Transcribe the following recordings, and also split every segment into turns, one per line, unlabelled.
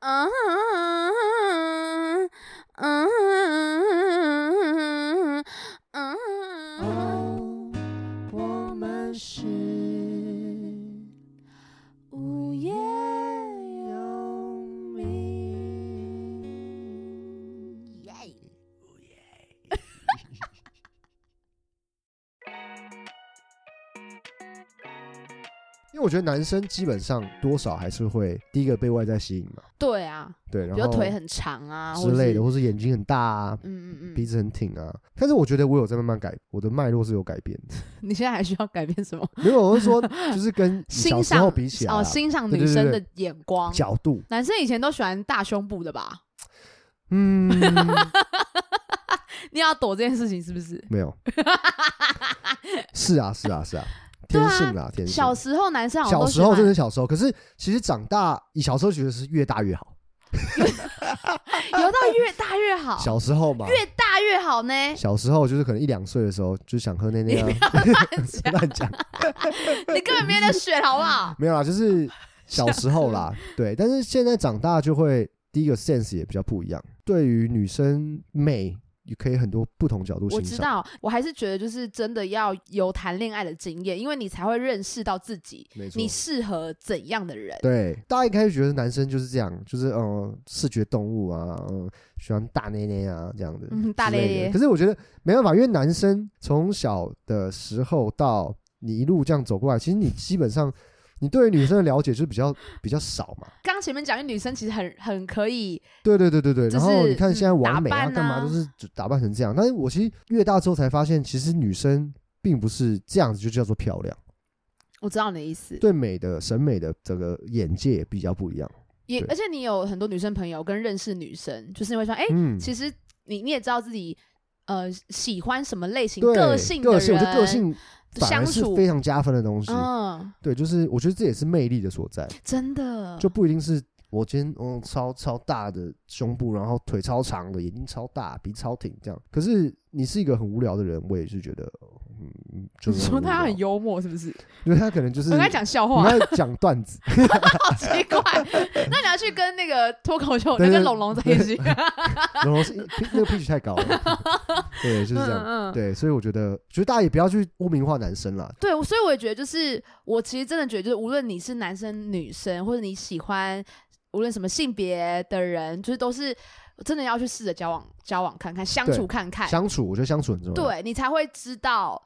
啊啊
嗯嗯
啊啊！嗯
哦，我们是无业游民。
因为我觉得男生基本上多少还是会第一个被外在吸引嘛，
对啊，
对，然
比如
后
腿很长啊
之类的，，或是眼睛很大啊，
嗯嗯
鼻
嗯，
子很挺啊。但是我觉得我有在慢慢改，我的脉络是有改变的。
你现在还需要改变什么？
没有，我 是说，就是跟小
欣
时候
赏
比起来啊、
哦，欣赏
对
女
对
生
对
的眼光。
角 度，
男生以前都喜欢大胸部的吧？
嗯，
你要躲这件事情是不是？
没 有，是啊，是啊，是啊，
对
天
啊
性啦，天性。
小时候男生好像
小
都
时候真的
喜
是小时候，可是其实长大，你小时候觉得是越大越好，
欢游到越大越好，
小时候嘛，
哦越大越好呢。
小时候就是可能一两岁的时候就想喝奶奶啊， 乱讲，
你根本没 得选，好不好？
没有啦，就是小时 候啦，对，但是现在长大就会第一个 sense 也比较不一样，对于女生美，也可以很多不同角度
我
欣
知
赏，
道，我还是觉得就是真的要有谈恋爱的经验，因为你才会认识到自己，
没错
你。适合怎样的人。
对，大家一开始觉得男生就是这样，就是嗯、呃视觉动物啊，嗯、喜欢大捏捏啊这样的，
嗯，大
之
咧
类的
咧
可，是我觉得没办法，因为男生从小的时候到你一路这样走过来，其实你基本上你对于女生的了解就是比较 比较少嘛。
刚前面讲，因为女生其实很很可以，
对对对对对。
就
然后
是
你看现在
嗯
完美
打
啊，
扮
干嘛
啊
都是只打扮成这样。但是我其实越大之后才发现，其实女生并不是这样子就叫做漂亮，
我知道你的意思。
对美的审美的这个眼界也比较不一样。
也
对
而且你有很多女生朋友跟认识女生，就是你会说，哎、
嗯，
其实你你也知道自己呃喜欢什么类型、
对
个性的
个性，
人，
我觉得个性反
相
而是
处
非，常加分的东西。
嗯，
对，就是我觉得这也是魅力的所在。
真的，
就不一定是我今天嗯超超大的胸部，然后腿超长的，眼睛超大，鼻超挺这样。可是你是一个很无聊的人，我也是觉得，嗯，就
你
是
说他很
无聊，
幽默是不是？
因为他可能就是
我在讲笑话
你，在讲段子，
好奇怪。 那你要去跟那个脱口秀，
对
那
对
跟龙龙在一起，
然后是 那个 pitch 太高了， 对，就是这样。
嗯嗯。
对，所以我觉得，觉得大家也不要去污名化男生啦。
对，所以我也觉得，就是我其实真的觉得，就是无论你是男生、女生，或者你喜欢无论什么性别的人，就是都是真的要去试着交往、交往看看，相
对
处看看，
相处，我觉得相处很重要。，
对你才会知道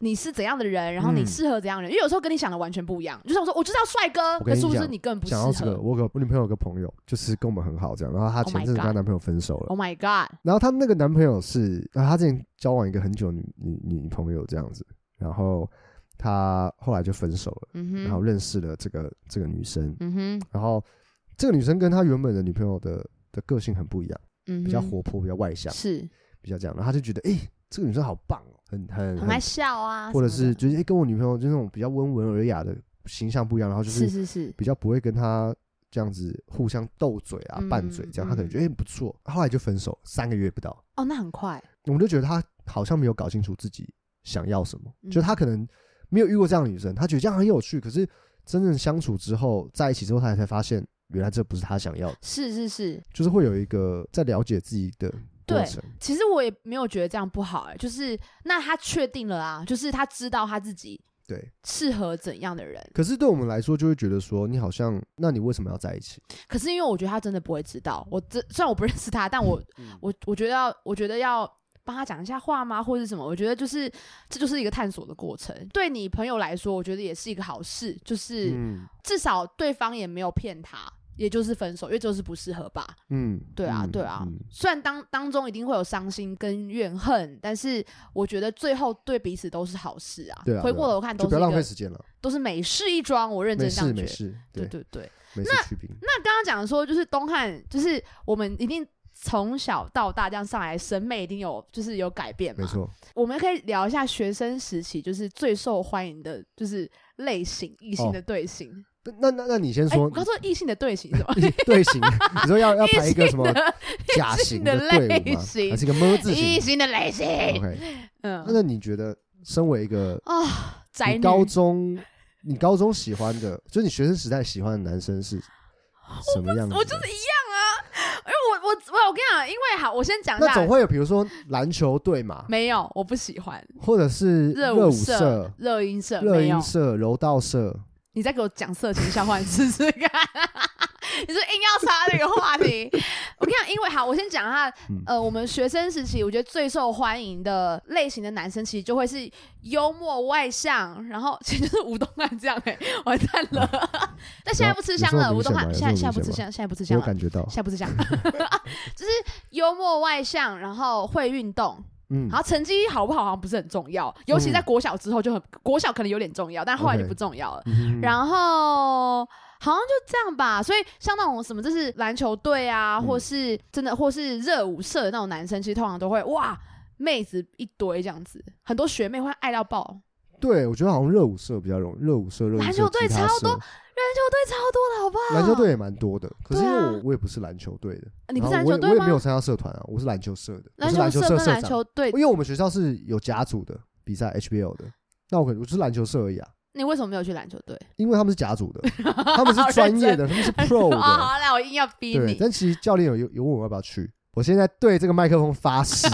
你是怎样的人，然后你
嗯
适合怎样的人。因为有时候跟你想的完全不一样，就像我说我就是要帅哥，
我跟
可
你
是不是
讲
你根本不适
讲到这
合
个，我有个我女朋友有个朋友，就是跟我们很好这样，然后她
Oh
前
my
阵子跟她
God
男朋友分手了。
？Oh my god！
然后她那个男朋友是，啊，她之前交往一个很久的女女女朋友这样子，然后她后来就分手了，
嗯
然后
哼，
认识了这个这个女生，
嗯哼，
然后这个女生跟她原本的女朋友的的个性很不一样，
嗯哼，
比较活泼，比较外向，
是
比较这样，然后她就觉得，哎、这个女生好棒哦，很很
很爱笑啊，
或者
什么的
是就是哎、诶跟我女朋友就那种比较温文尔雅的形象不一样，然后就是是
是是，
比较不会跟她这样子互相斗嘴啊、
嗯
拌嘴这样，她可能
嗯
觉得、诶不错，后来就分手，三个月不到。
哦，那很快，
我就觉得他好像没有搞清楚自己想要什么，
嗯
就他可能没有遇过这样的女生，他觉得这样很有趣，可是真正相处之后，在一起之后，他才发现原来这不是他想要的，
是是是。
就是会有一个在了解自己的过程。
其实我也没有觉得这样不好、哎，就是那他确定了啊，就是他知道他自己
对，
适合怎样的人。
可是对我们来说，就会觉得说，你好像，那你为什么要在一起？
可是因为我觉得他真的不会知道，我这虽然我不认识他，但我、我我觉得要我觉得要帮他讲一下话吗，或者是什么？我觉得就是这就是一个探索的过程。对你朋友来说，我觉得也是一个好事，就是、
嗯
至少对方也没有骗他，也就是分手，因为就是不适合吧。
嗯，
对啊，
嗯
对啊，
嗯
虽然当当中一定会有伤心跟怨恨，但是我觉得最后对彼此都是好事啊。
对啊
回过
对啊
头看
就
都
不
是
要
一
浪费
个
时间了，
都是美事一桩，我认真
没
这
事
样觉
没
得。
事，
对
对，
对对，
没事去冰。
那刚刚讲说就是东汉，就是我们一定从小到大这样上来，审美一定有就是有改变
没
嘛。
错，
我们可以聊一下学生时期就是最受欢迎的就是类型，异性
哦
的队形。
那那那你先
哎、
说
我刚说异性的队形 是什么？
队形，你 说要要排一个什么
异性的
甲型的队伍吗？
型
还是一个么字
异
形
性的类型。
？OK，
嗯，
那你觉得身为一个
啊、宅
你
女
高中，你高中喜欢的，就是你学生时代喜欢的男生是什么样子的？
我就是一样啊，因为我我我我跟你讲，因为好，我先讲一
那
下
总，会有，比如说篮球队嘛，
没有，我不喜欢
或者是
热
舞
社、热音社，
热
没有
音，社、柔道社，
你再给我讲色情笑话，你试试看。 你是硬要插这个话题？我跟你讲，因为好，我先讲一下
嗯，
呃，我们学生时期，我觉得最受欢迎的类型的男生，其实就会是幽默外向，然后其实就是吴东汉这样、欸，哎，完蛋了。
哦
但现在不吃香了，
有
吴
这
东
么明显吗
汉现在
有这
现在不
么
吃
明显
香，现在不吃
我
香
有
了，
感觉到
现，在不吃香， 就是幽默外向，然后会运动，
嗯
然，后成绩好不好好像不是很重要，尤其在国小之后就很，国小可能有点重要，但后来就
OK
不重要了。
嗯哼
然后好像就这样吧。所以像那种什么，就是篮球队啊，
嗯
或是真的，或是热舞社的那种男生，其实通常都会哇，妹子一堆这样子，很多学妹会爱到爆。篮
对我觉得好像热舞社比较容易，热舞社、热音
篮
社
球队
吉他
超
社
多球队超多的好不好？
篮球队，也蛮多的，可是因为
对啊
我我也不是篮球队的，
你不是
然
篮
后
球
我
队
也我也没有
吗？
参加社团啊，我是篮球社的，我是
篮
球
社
社
跟篮
长，
球队
因，为我们学校是有甲组的比赛 HBL 的，那我可能我是篮球社而已啊，
你为什么没有去篮球队？
因为他们是甲组 的，他们是专业的，他们是 pro
哦，
的，
好啦，我硬要逼
对。
你。
但其实教练有有有问我要不要去，我现在对这个麦克风 发誓，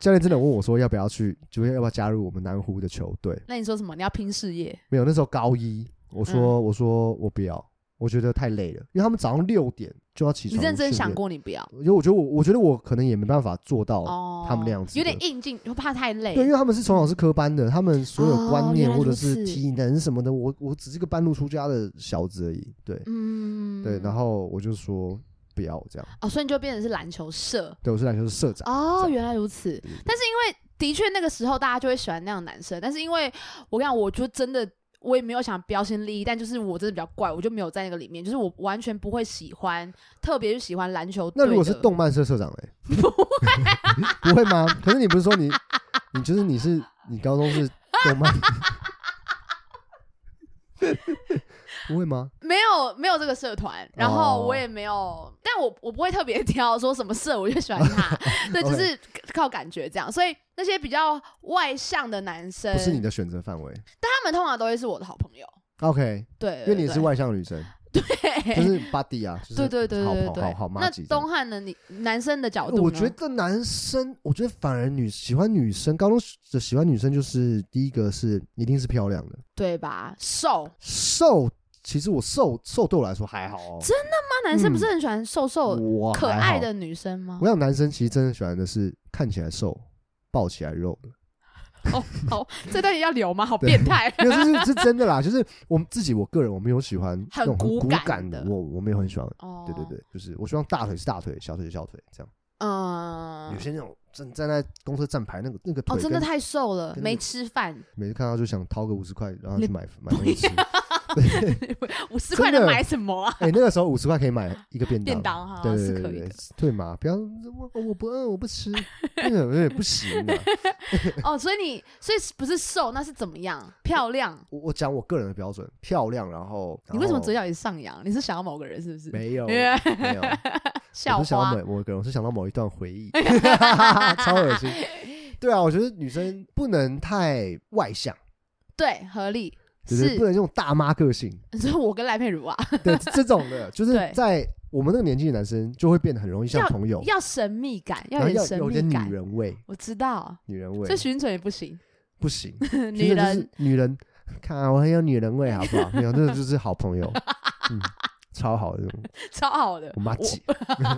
教练真的有问我说要不要去，就是要不要加入我们南湖的球队？
那你说什么？你要拼事业？
没有，那时候高一，我
嗯
说、我说我不要，我觉得太累了，因为他们早上六点就要起
你
床，
认真想？过你不要
因为我觉得我，我觉得我可能也没办法做到
哦？
他们那样子的
有点硬劲，会怕太累。
对，因为他们是从小是科班的，他们所有观念
哎哦原来
或者
如此
是体能什么的，我我只是个半路出家的小子而已。对、
嗯，
对，然后我就说不要这样。
哦，所以你就变成是篮球社
对我是篮球社长，这
哦，
样
原来如此。
对对对
但是因为的确那个时候大家就会喜欢那样的男生，但是因为我跟你讲，我就真的我也没有想标新立异，但就是我真的比较怪，我就没有在那个里面，就是我完全不会喜欢，特别是喜欢篮球队
那
的。
如果是动漫社社长 嘞，不会不会吗？可是你不是说你你就是你是你高中是动 漫，不会吗？
没有没有这个社团，然后
哦
我也没有，但我我不会特别 挑说什么社我就喜欢他， 对，就
OK
是靠感觉这样。所以那些比较外向的男生，
不是你的选择范围。
但他们通常都会是我的好朋友。
OK，
对，
因为你也
呃对
是外向女生，
对
就是 buddy 啊，就
对
是
对对
好
对
好
对，
好好妈
那
吉这样
东汉的你男生的角度呢，
我觉得男生，我觉得反而女喜欢女生，高中的喜欢女生就是第一个是一定是漂亮的，
对吧？瘦，
瘦。其实我瘦瘦对我来说还好哦，
那男生不是很喜欢瘦瘦、
我
可
还
爱
好。
的女生吗
我？想男生其实真的喜欢的是看起来瘦、抱起来肉的，
哦，好，这段也要留吗？好
对
变 态。
没有这是是真的啦。就是我们自己，我个人我没有喜欢
很
那种
骨
骨
感
感
的
我我没有很喜欢。
哦，
对对，对，就是我希望大腿是大腿，小腿是小腿，这样。
嗯
有，些那种站站在公车站牌那个那个腿
哦，
跟，
真的太瘦了，
跟那
没
个
吃 饭，
每次看到就想掏个五十块，然后去
你
买买东西吃。
五十
真
块能
的
买什么啊？
哎、那个时候五十块可以买一个便当，
便当哈
对
是
对
可
对
以
对
的。
对嘛，不要我我不饿，我不吃，那个有点不行啊的、
哦，所以你所以不是瘦，那是怎么样？漂 亮？
我我讲我个人的标准，漂亮，然后
你为什么嘴
这样？
角也上扬？你是想要某个人是不是？
哦 没有没有，
Yeah
我
校
不是想
花
到某某一个人，我是想到某一段 回忆，超恶心。对啊，我觉得女生不能太外向，
对，合理
对不对？
是。
不能用大妈个性，
所以我跟赖佩如啊，
对 这种的，就是
对
在我们那个年纪的男生就会变得很容易像朋友，
要神秘感，
哦然后
有点
要
神
有
秘
点女
感。
人味，
我知道，
女人味
所以寻唇也不行，
不行。
女
真的就
人
是女人， 看啊，我很有女人味，好不 好？没有，那就是好朋友，嗯，超好的，
超好的。
我妈姐，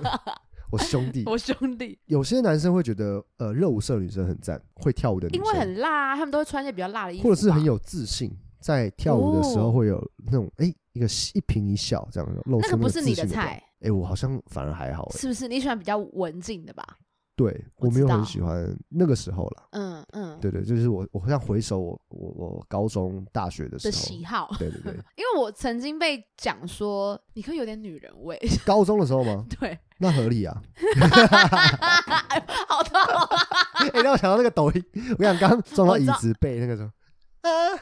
我兄弟
我。我兄弟，
有些男生会觉得，呃，热舞社女生很赞，会跳舞的女
因
生，
为很辣、啊，他们都会穿一些比较辣的衣服吧，哦
或者是很有自信，在跳舞的时候会有那种，哎、一个一颦一笑这样露出
那个不是你
自
的
信的表情。
菜，
哎、我好像反而还好、哎，
是不是？你喜欢比较文静的吧？
对
我
我没有
知道
很喜欢那个时候啦。
嗯嗯，
对对，就是我，我像回首我我我高中、大学的时
的
候，
喜好，
对对对，
因为我曾经被讲说你可以有点女人味，
高中的时候吗？
对，
那合理啊，
好痛啊，
哎、让我想到那个抖音，我想刚刚撞到椅子背那个时候，
啊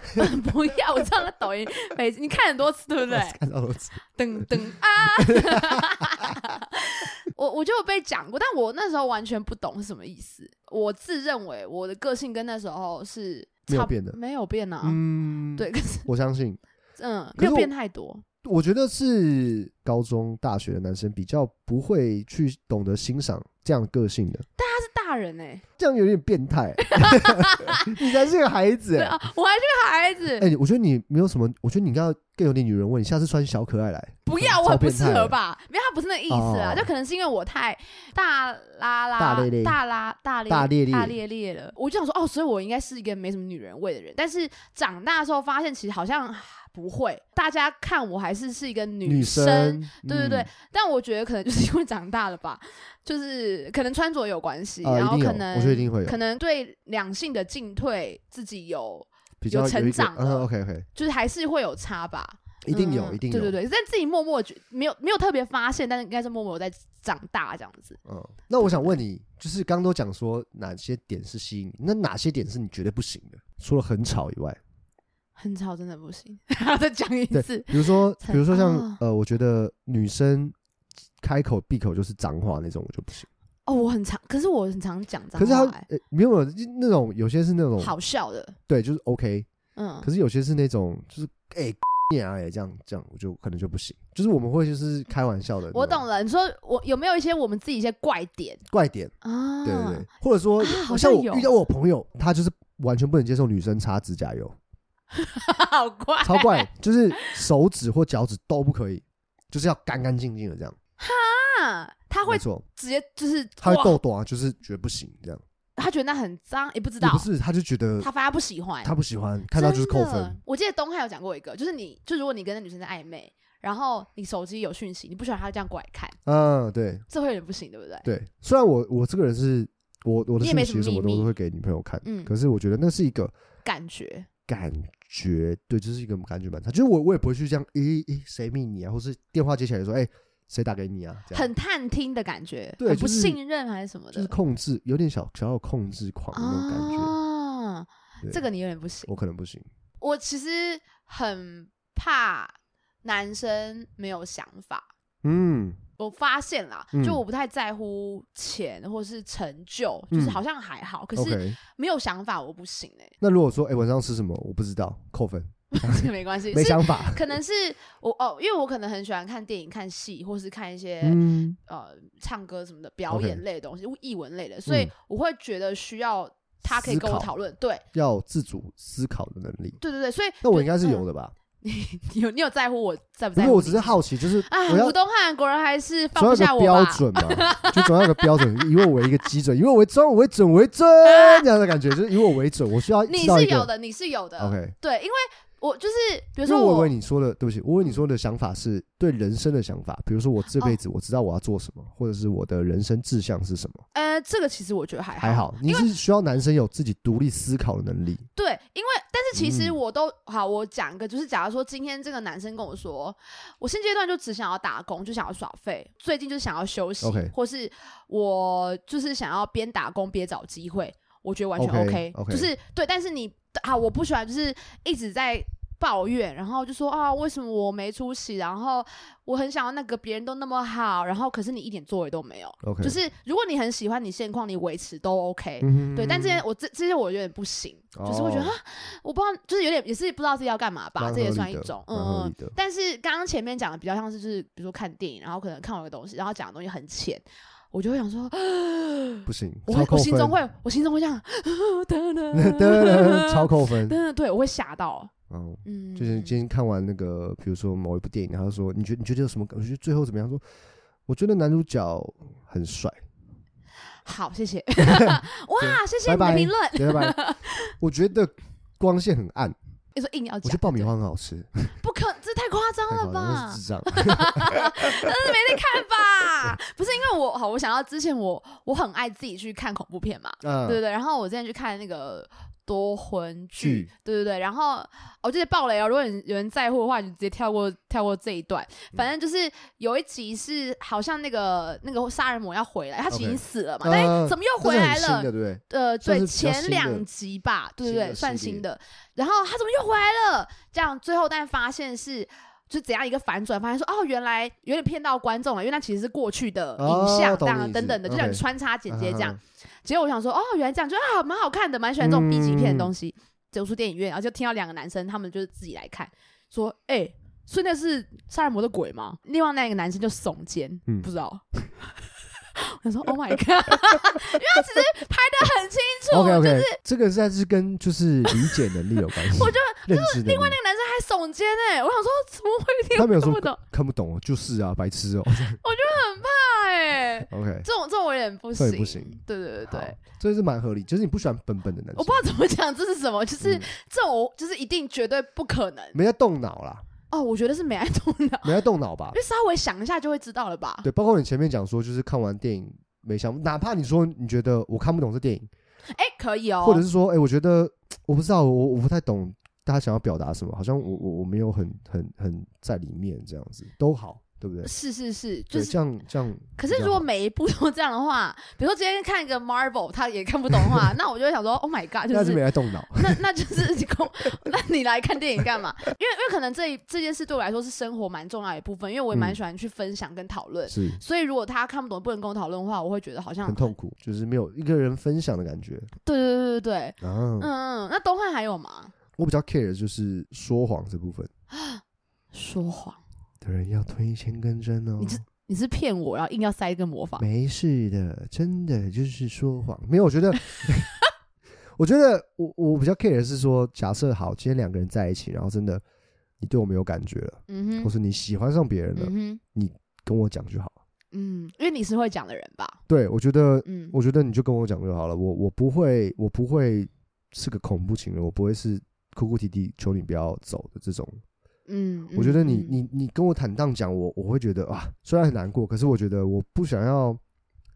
不要！我知道那抖音，每次你看很多次，对不 对？
看到都知
噔噔啊！ 我我就有被讲过，但我那时候完全不懂是什么意思。我自认为我的个性跟那时候是
没有
差不
变的
没有变啊。
嗯，
对，可是
我相信。
嗯，
可
没
是
有
我
变太多。
我觉得是高中、大学的男生比较不会去懂得欣赏这样个性的，
他是大人哎、
这样有点变态。 你才是个孩子、
对
欸，
啊，我还是个孩子，
哎、我觉得你没有什么，我觉得你应该要更有点女人味。你下次穿小可爱来，
不要，我
超
很不
变
适
态
合
的
吧？没有，他不是那个意思啊，
哦
就可能是因为我太大啦啦、
大咧咧
大啦、大咧
大咧咧
大咧咧了。我就想说，哦，所以我应该是一个没什么女人味的人。但是长大之后发现，其实好像啊不会，大家看我还是是一个
女
生。对对对
嗯，
但我觉得可能就是因为长大了吧， 就是可能穿着有关系，
啊
然后
一定有
可能
我觉得一定会有
可能对两性的进退自己有，
比较
有成
一点
长了
嗯，OK OK，
就是还是会有差吧。
一定有，
嗯
一定有。
对对对，但自己默默觉没有没有特别发现，但是应该是默默有在长大这样子。
嗯，那我想问你，就是刚刚都讲说哪些点是吸引你，那哪些点是你绝对不行的？除了很吵以外，
很吵真的不行， 还要再讲一
对
次。
比如说，
才
比如说像、
哦
呃，我觉得女生开口闭口就是脏话那种，我就不行。
哦，我很常，可是我很常讲脏
可是她
话、欸，
呃没有没有就那种，有些是那种
好笑的，
对，就是 OK，
嗯，
可是有些是那种就是哎呀哎这样这样，我就可能就不行。就是我们会就是开玩笑的，
我懂，了。你说我有没有一些我们自己一些怪点
怪点，
啊？
对对对，或者说、
啊好
像
像
我
有
遇到我朋友，他就是完全不能接受女生擦指甲油。
啊 好怪，
超怪，就是手指或脚趾都不可以，就是要干干净净的这样。
啊！他
没
会
错，
直接就是
他会
哇
痘痘啊，就是觉得不行这样。
他觉得那很脏，也不知
也
道
不，是，他就觉得
他反而不喜欢，
他不喜欢，看到就是扣
真的
分。。
我记得东汉有讲过一个，就是你就如果你跟那女生在暧昧，然后你手机有讯息，你不喜欢她这样过来看，
嗯，对
这会有点不行，对不对？
对。虽然我我这个人是我我
你
的
也
信
没
息
什
什
么
么
秘密
都会给女朋友看，
嗯
可是我觉得那是一个
感觉
感觉，对，就是一个感觉蛮差。就是我我也不会去这样，咦咦，谁密你啊，或是电话接起来说，哎，谁打给你啊？这样
很探听的感觉，
对
很不
就是
信任还是什么
就
的
是控制，有点小小有控制狂的那种感觉。
啊
对
这个你有点不行。
我可能不行。
我其实很怕男生没有想法。
嗯，
我发现啦，
嗯
就我不太在乎钱或是成就，就是
嗯
好像还好，可
OK
是没有想法我不行哎、
那如果说，哎、晚上吃什么？我不知道，扣分，
这个没关系，
没
是
想 法。
可能是我哦，因为我可能很喜欢看电影、看戏，或是看一些、
嗯，
呃唱歌什么的表演
OK
类的东西、艺文类的，所以
嗯
我会觉得需要他可以
思
跟我
考
讨论。对
要有自主思考的能力，
对对对，所以
那我
就
应该是有
嗯
的吧？
你有你有在乎我在不
不
在乎
是，
你？
我只是好奇，就是
啊，
我要
吴东汉果然还是放
总要
不下我
有个标
吧。
准 嘛，就总要有个标准，以我为一个基准，以我为中，我为准，我为真这样的感觉，就是以我为准，我需要
你
知道
是
一
有
个
的，你是有的。
OK。
对，因为我就是比如
因为
说
我以
我
为你说的，对不起，我以为你说的想法是对人生的想法，比如说我这辈子我知道我要做什么，或者是我的人生志向是什么，
呃，这个其实我觉得还好
还好，你是需要男生有自己独立思考的能力，
对，因为但是其实
嗯
我都、好，我讲一个，就是假如说今天这个男生跟我说，我现阶段就只想要打工，就想要耍废，最近就是想要休息
OK
或是我就是想要边打工边找机会，我觉得完全
OK，
OK，,
OK
就是对，但是你啊，我不喜欢就是一直在。抱怨，然后就说啊，为什么我没出息？然后我很想要那个别人都那么好，然后可是你一点作为都没有。
OK
就是如果你很喜欢你现况，你维持都 OK，、
嗯
对，但这些我这这些我有点不行，就是会觉得
哦
啊，我不知道，就是有点也是不知道自己要干嘛吧，
蛮
这也
合
算
理
一
的
种，嗯
蛮合
嗯
理。的
但是刚刚前面讲的比较像是就是比如说看电影，然后可能看完个东西，然后讲的东西很浅，我就会 想说，
不行，
嗯我
超
会
扣
我
分。
心中会我心中会这样，呃噔
噔
噔
超扣分。
噔，对我会吓到，
嗯，
嗯，
就是你今天看完那个，比如说某一部电影，然后说你觉得你觉得有什么感觉？最后怎么样？说我觉得男主角很帅，
好，谢 谢，哇，谢谢你
拜
的
拜
评论，
对吧？ 我觉得光线很暗，
你说硬要
我
讲
觉得，爆米
对
花很好吃，
不可，这太夸张
太
了
好了，那
吧
是？智障。
没得 看吧？不是因为我好，我想要之前我我很爱自己去看恐怖片嘛，对对
嗯，
对。然后我之前去看那个多魂
剧
剧，对对对。然后哦我记得爆雷哦，如果你有人在乎的话，你就直接跳过跳过这一段。
嗯
反正就是有一集是好像那个那个杀人魔要回来，他其实已
OK
经死了嘛
嗯
但哎是怎么又
这
回
是
来
很新
了
的，对？不对？
呃，
算
对，
是比较
前
新的
两集吧，对对
新的
对，算
系列
新的。然后他怎么又回来了？这样最后但发现是。就怎样一个反转，发现说哦，原来有点骗到观众了，因为那其实是过去的
哦
影像，
懂
这
你意
样
思
等等的，就像
OK
穿插剪接这样。
啊，
结果我想说，哦，原来这样，就啊，蛮好看的，蛮喜欢这种 B 级片
嗯
的东西。走出电影院，然后就听到两个男生，他们就是自己来看，说，哎、所以那是杀人魔的鬼吗？另外那个男生就耸肩，
嗯
不知道。 我想说，Oh my god！因为他其实拍的很清楚
OK
就
OK，
是
这个在是跟就是理解能力有关系。
我就
认知能
另外
力
那个男生还耸肩哎、我想说怎么会
他没有
听
说
不懂，
看不懂，就是啊，白痴哦。
我就很怕哎、
OK，
这种这种我有点不
这
行，
也不行
对对对对
好，，这是蛮合理，就是你不喜欢笨笨的男生，
我不知道怎么讲这是什么，就是、
嗯
这种我就是一定绝对不可能
没在动脑啦，
哦。我觉得是没爱动脑，
没在动脑吧
因为？稍微想一下就会知道了吧？
对，包括你前面讲说，就是看完电影没想，哪怕你说你觉得我看不懂这电影，
哎、可以哦，
或者是说，哎，我觉得我不知道，我我不太懂大家想要表达什么，好像我我我没有很很很在里面这样子，都好，对不对？
是是是，就
对，
是
这。样这样比较好。
可是如果每一部都这样的话，比如说今天看一个 Marvel，他也看不懂的 话，那我就会想说，Oh my god，就
那是没
是
在动脑，
那那就是你跟我 那你来看电影干嘛？因为因为可能这一这件事对我来说是生活蛮重要的一部分，因为我也蛮
嗯
喜欢去分享跟讨论。
是
所以如果他看不懂，不能跟我讨论的话，我会觉得好像
很痛苦，就是没有一个人分享的感觉
对对对对对，
啊
嗯。嗯，那东汉还有吗？
我比较 care 的就是说谎这部分，
说谎，
的人要推千根针哦
你。这你是骗我，然后硬要塞一个魔法，
没事的，真的就是说谎。没有，我 觉得，我觉得我我比较 care 的是说，假设好，今天两个人在一起，然后真的你对我没有感觉了，
嗯
或
哼，
是你喜欢上别人了，
嗯哼，
跟我讲就好。
嗯，因为你是会讲的人吧？
对，我觉得，
嗯，
我觉得你就跟我讲就好了。我我不会，我不会是个恐怖情人，我不会是哭哭啼啼求你不要走的这种
嗯，嗯
我觉得你
嗯
你你跟我坦荡讲，我我会觉得啊，虽然很难过，可是我觉得我不想要，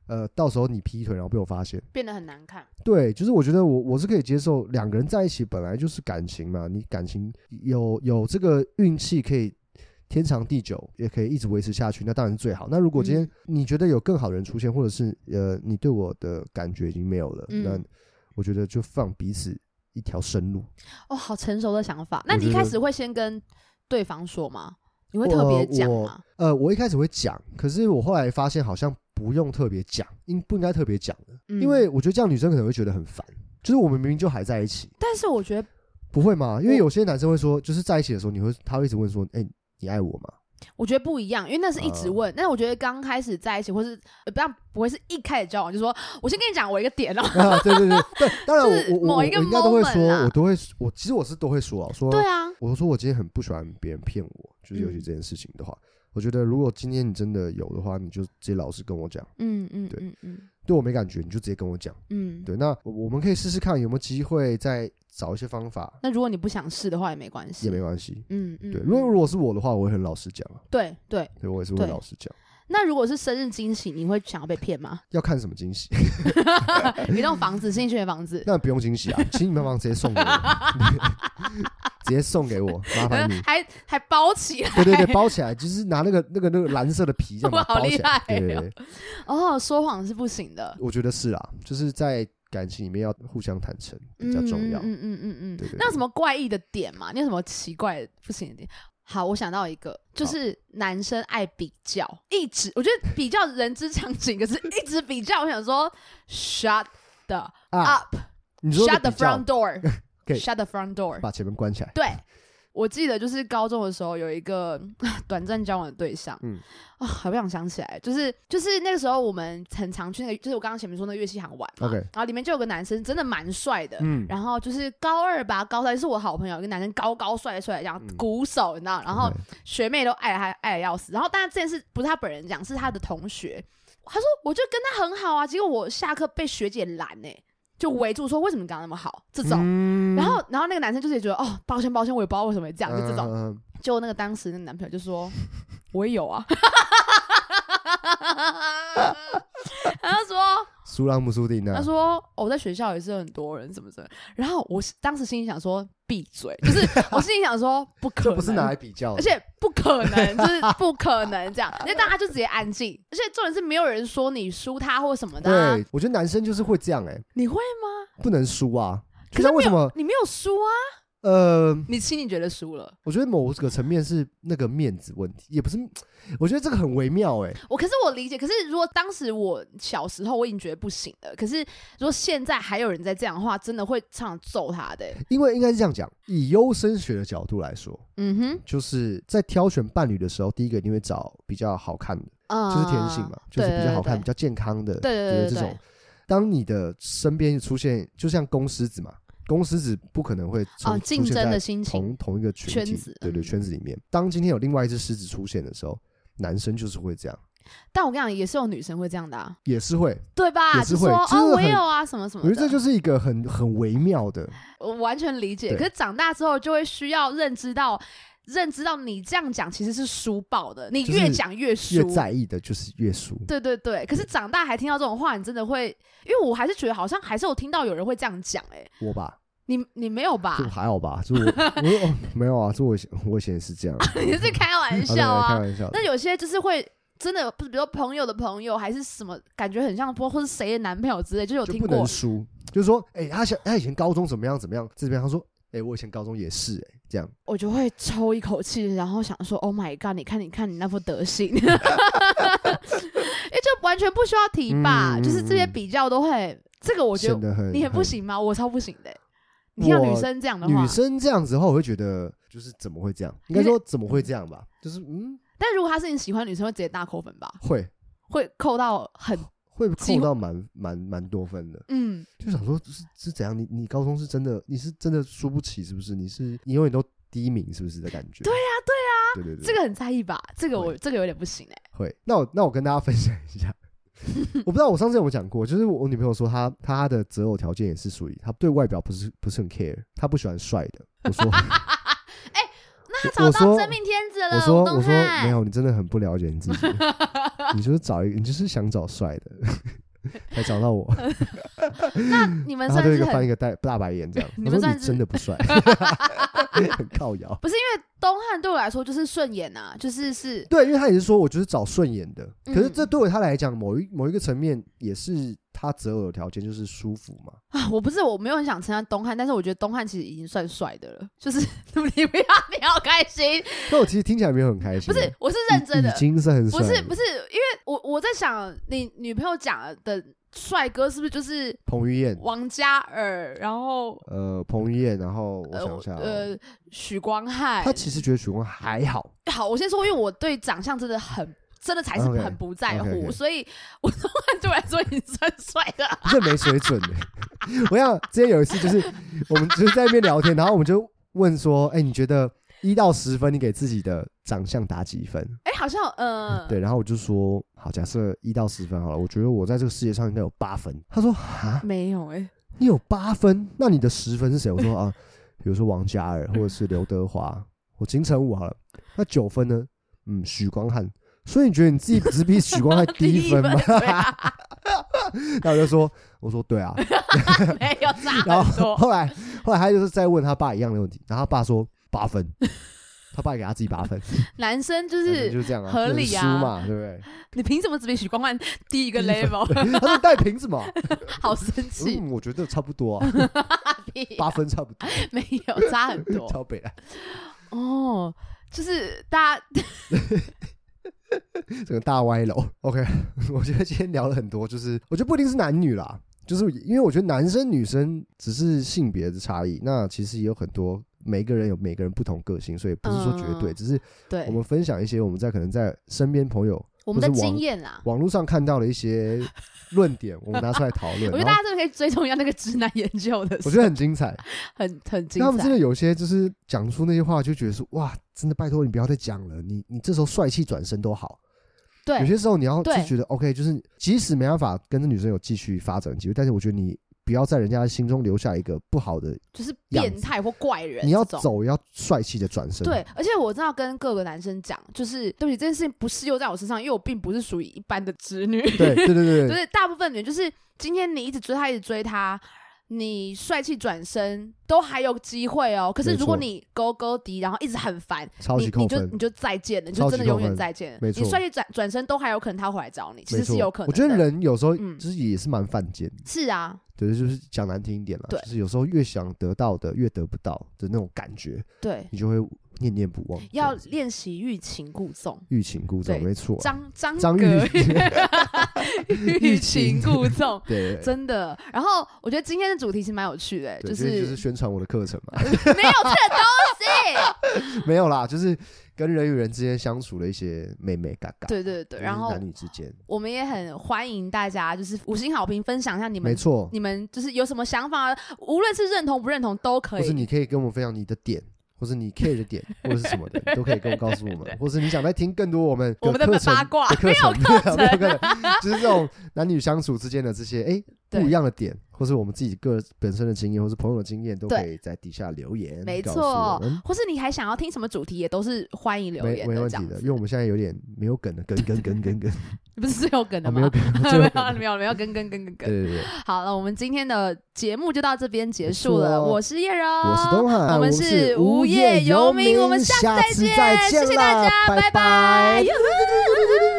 呃，到时候你劈腿然后被我发现。
变得很难看，
对，就是我觉得我我是可以接受，两个人在一起本来就是感情嘛，你感情有有这个运气可以天长地久，也可以一直维持下去，那当然是最好。那如果今天
嗯
你觉得有更好的人出现，或者是呃你对我的感觉已经没有了，
嗯
那我觉得就放彼此一条生路。
哦，好成熟的想法。那你
我
一
觉
开
得
始会先跟对方说吗？你会特别讲
我
吗？
呃，我一开始会讲，可是我后来发现好像不用特别讲，应不应该特别讲的，
嗯
因为我觉得这样女生可能会觉得很烦。就是我们明明就还在一起，
但是我觉得，
不会吗？因为
我
有些男生会说，就是在一起的时候，你会他会一直问说，哎、你爱我吗？
我觉得不一样，因为那是一直
啊
问。但是我觉得刚开始在一起，或是呃不要不会是一开始交往就说，我先跟你讲我一个点 哦。
啊，对对对对，当然
就是
我我我
某
我
一个
应该都会
moment 啦
说，我都会我其实我是都会说啊，我说
对啊，
我说我今天很不喜欢别人骗我，就是尤其
嗯
这件事情的话，我觉得如果今天你真的有的话，你就直接老实跟我讲，
嗯嗯
对
嗯嗯
对我没感觉，你就直接跟我讲。
嗯。
对，那我我们可以试试看有没有机会再找一些方法，
那如果你不想试的话也没关系，
也没关系。
嗯嗯，
对，
嗯
如果如果是我的话，我会很老实讲啊，
对对，
对我也是会
对
老实讲。
那如果是生日惊喜，你会想要被骗 吗？
要看什么惊喜，
一栋房子，新一区的房子，。
那不用惊喜啊，请你们帮忙直接送给我，直接送给我，麻烦你
嗯 还还包起来
对对对，包起来，就是拿那个那个那个蓝色的皮这样把
哇
它
好
包起
厉
来
害。
对对
哦
对，
哦，说谎是不行的，
我觉得是啦，就是在感情里面要互相坦诚比较重要
嗯。嗯嗯嗯嗯
对对
那有
对
什么怪异的点吗？你有什么奇怪的不行的点？好，我想到一个，就是男生爱比较，一直我觉得比较人之常情，可是一直比较，我想说，shut the
啊，
up，shut
你说的
the
比较
front door，shut
可以
the front door。
把前门关起来，
对，我记得就是高中的时候有一个 短暂交往的对象，嗯
嗯，
啊、好不想想起来，就是就是那个时候我们很常去那个，就是我刚刚前面说那个乐器行玩嘛
OK
然后里面就有个男生真的蛮帅的。
嗯，
然后就是高二吧，高三是我好朋友，一个男生高高帅帅，这样
嗯
鼓手，你知道？然后
OK
学妹都爱他爱的要死。然后，但这件事不是他本人讲，是他的同学。他说，我就跟他很好啊，结果我下课被学姐拦呢、就围住说为什么你跟他那么好？这种，
嗯
然后，然后那个男生就是也觉得哦，抱歉抱歉，我也不知道为什么会这样，就这种。
嗯
就那个当时那个男朋友就 说，我也有啊，然后他说
苏朗姆苏丁啊呢
他？说、哦我在学校也是很多人什么什么，然后我是当时心里想说闭嘴， 就是我心里想说不可
这
能，
不是拿来比较的，
而且不可能， 就是不可能这样，因为大家就直接安静，而且重点是没有人说你输他或什么的、啊，
对，我觉得男生就是会这样哎、
你会吗？
不能输啊。
可
就是像
没
为什
有
么
你没有输啊？
呃，
你心里觉得输了。
我觉得某个层面是那个面子问题，也不是，我觉得这个很微妙哎、
我可是我理解，可是如果当时我小时候我已经觉得不行了，可是如果现在还有人在这样的话，真的会常常揍他的欸、
因为应该是这样讲，以优生学的角度来说，
嗯哼，
就是在挑选伴侣的时候，第一个一定会找比较好看的，
啊
就是天性嘛，就是比较好看、比
对
较健康的，
对对
比
对
如这
对
种。当你的身边出现，就像公狮子嘛，公狮子不可能会
啊，
从
竞
出现
争
在
的心情
同同一个群
圈
体
子
对对
嗯
圈子里面。当今天有另外一只狮子出现的时候，男生就是会这样，
但我跟你讲，也是有女生会这样的、啊，
也是会。
对吧？
也是
就
会
说
就是
哦，我也
很
有啊，什么什
我
么
觉
的。
得这就是一个很很微妙的，
我完全理解。
对
可是长大之后就会需要认知到，认知到你这样讲其实是输爆的，你
就是
越讲越输。
越在意的就是越输。
对对对，可是长大还听到这种话，你真的会，因为我还是觉得好像还是有听到有人会这样讲，哎，
我吧，
你你没有吧
这？还好吧，这我 我哦没有啊，这我以前我以前也是这样，
你是开玩
啊对
笑啊
开？玩笑的。
那有些就是会真的，不是比如说朋友的朋友，还是什么，感觉很像，不或是谁的男朋友之类，就有
就
听
不
过
能。输，就是说，哎、他想他以前高中怎么样怎么样，这边他说，哎、我以前高中也是、哎，这样，
我就会抽一口气，然后想说：“Oh my god！你看，你看你那副德行， 因为就完全不需要提吧，
嗯
就是这些比较都会。这个我觉
显
得
得很
你很不。行吗？我超不行的欸、你像
我
女生这样的
很
话
女，生这样子的话，我会觉得就是怎么会这样？应该说怎么会这样吧？就是嗯，
但如果她是你喜欢的女生，会直接大扣分吧？
会
会扣到很
会
几
扣
乎
到蛮蛮蛮多分的。
嗯，
就想说是是怎样？你你高中是真的你是真的输不起是不是？你是你永远都第一名是不是的感觉？对呀、对呀、对对对，
啊这个很在意吧？这个我这个有点不行哎、
会。那我那我跟大家分享一下，我不知道我上次有没有讲过，就是我女朋友说她她的择偶条件也是属于她对外表不是不是很 care，她不喜欢帅的。我说
啊那
我
她啊找
说
到真命天子
我
了，
说
吴
我
东
说没
汉。
有，你真的很不了解你自 己，你就是找一个你就是想找帅的，才找到我。
那你们
然后她
算
对一
是
个翻
很
一个大大白眼这样，
你
我
们
说
算
你
是
真的不 帅，很靠摇。
不是因为东汉对我来说就是顺眼啊，就是是
对，因为他也是说我就是找顺眼的，可是
嗯
这对我他来讲，某一某一个层面也是他择偶的条件就是舒服嘛。
啊，我不是，我没有很想称赞东汉，但是我觉得东汉其实已经算帅的了。就是 你不要，你好开心，
但我其实听起来没有很开心
不
啊，
是，我是
已
认真的
已，经是很
不
帅
是
了
不是，因为我我在想，你女朋友讲的帅哥是不是就是
彭于晏，
王嘉尔，然后
呃，彭于晏，然后我
呃
想一下哦，
呃许光汉
他？其实觉得许光还好，
好，我先说，因为我对长相真的很。真的才是
OK，
很不在乎
OK，OK
所以我东汉对我来说已经算帅的了。
这没水准的。欸 我想之前有一次就是我们就是在那边聊天，然后我们就问说，哎，你觉得一到十分，你给自己的长相打几分？
哎、好像呃，
对，然后我就说，好，假设一到十分好了，我觉得我在这个世界上应该有八分。他说，啊，
没有 哎、
你有八分，那你的十分是谁？我说啊，比如说王嘉尔或者是刘德华，我金城武好了。那九分呢？嗯，许光汉。所以你觉得你自己只比 许光汉低一分吗？
对啊，
那我就说，我说 对啊。
没有差很
然后
多。
后来后来他就是在问他爸一样的问题，然后他爸说八分， 他爸给他自己八分，
男生就
反正
是
就是这样啊，
合
不能
理啊
输嘛，对不对？
你凭什么只比许光汉低一个 level？
他说带凭什么？
好生气，
嗯，我觉得差不多啊。 八分差不多，
没有差很 多
超北啊，
哦。就是大家
整个大歪楼。OK，我 觉得今天聊了很多，就是我觉得不一定是男女啦，就是因为我觉得男生女生只是性别的差异，那其实也有很多。每个人有每个人不同个性，所以不是说绝对，
嗯
只是
对
我们分享一些我们在可能在身边朋友
我们的
或是网
经验啦，
网络上看到的一些论点，我们拿出来讨 论。
我觉得
然
大家
后
真的可以追踪一下那个直男研究的，
我觉得很精彩，
很很精
因为他们真
彩。
的有些就是讲出那些话，就觉得说哇，真的拜托你不要再讲了，你你这时候帅气转身都好。有
对
些时候你要就
对
觉得 OK，就是即使没办法跟这女生有继续发展的机会，但是我觉得你不要在人家心中留下一个不好的，
就是
样
变
子
态或怪人，
你要。走要帅气的转身。
对，，而且我真的要跟各个男生讲，就是对不起，这件事情不适用在我身上，因为我并不是属于一般的直女。
对对对对
就
对，
是大部分人就是今天你一直追他，一直追他，你帅气转身都还有机会哦。可是
没错
如果你勾勾敌，然后一直很烦，
超级
你
扣
你就
分
你。就再见了，你
超
就
级
真的
扣
永远
分
再见了。
没
你
错
帅气转转身都还有可能他会来找你，其
没
实是
错
有可能
我
的。
觉得人有时候
嗯
就是也是蛮犯贱的，
是啊，
对，就是讲难听一点啦，
对
就是有时候越想得到的越得不到的那种感觉，
对，
你就会念念不忘。
要
这样子
练习欲擒故纵。
欲擒故纵，
对
没错。啊
张张
张
格
玉
欲擒 故纵，
对，
真的。然后我觉得今天的主题其实蛮有趣的，欸
对
就
今天
是
就是宣传我的课程 嘛，
没有这个东西。
没有啦，就是跟人与人之间相处的一些美美嘎嘎，
对对对，
就是
然后
男女之间，
我们也很欢迎大家，就是五星好评，分享一下你
没
们
错，
你们就是有什么想法，无论是认同不认同都可
或是
以。
你可以跟我们分享你的点，或是你 care 的点，或者是什么的，都可以跟我告诉 我们，或是你想再听更多我们
我们的
课程
八卦
的课程，
程
没有课程，就是这种男女相处之间的这些哎
对
不一样的点，或是我们自己个本身的经验，或是朋友的经验，都
对
可以在底下留言，
没
告诉
错
我们，
或是你还想要听什么主题，也都是欢迎留
没
言
没
的
问
这
题
样
的，
子
因为。我们现在有点没有梗的，梗梗 梗梗梗，
不是最有梗的
啊
吗？
没有梗，
没
最后
有
一个
没有没有跟跟跟跟
对
跟。
对对，对
好了，我们今天的节目就到这边结束了。
没错
我是叶柔，
我是东汉，
我们是无业游民我们下
下次
次再见
再见
谢谢
啦
大家
拜
拜拜
拜。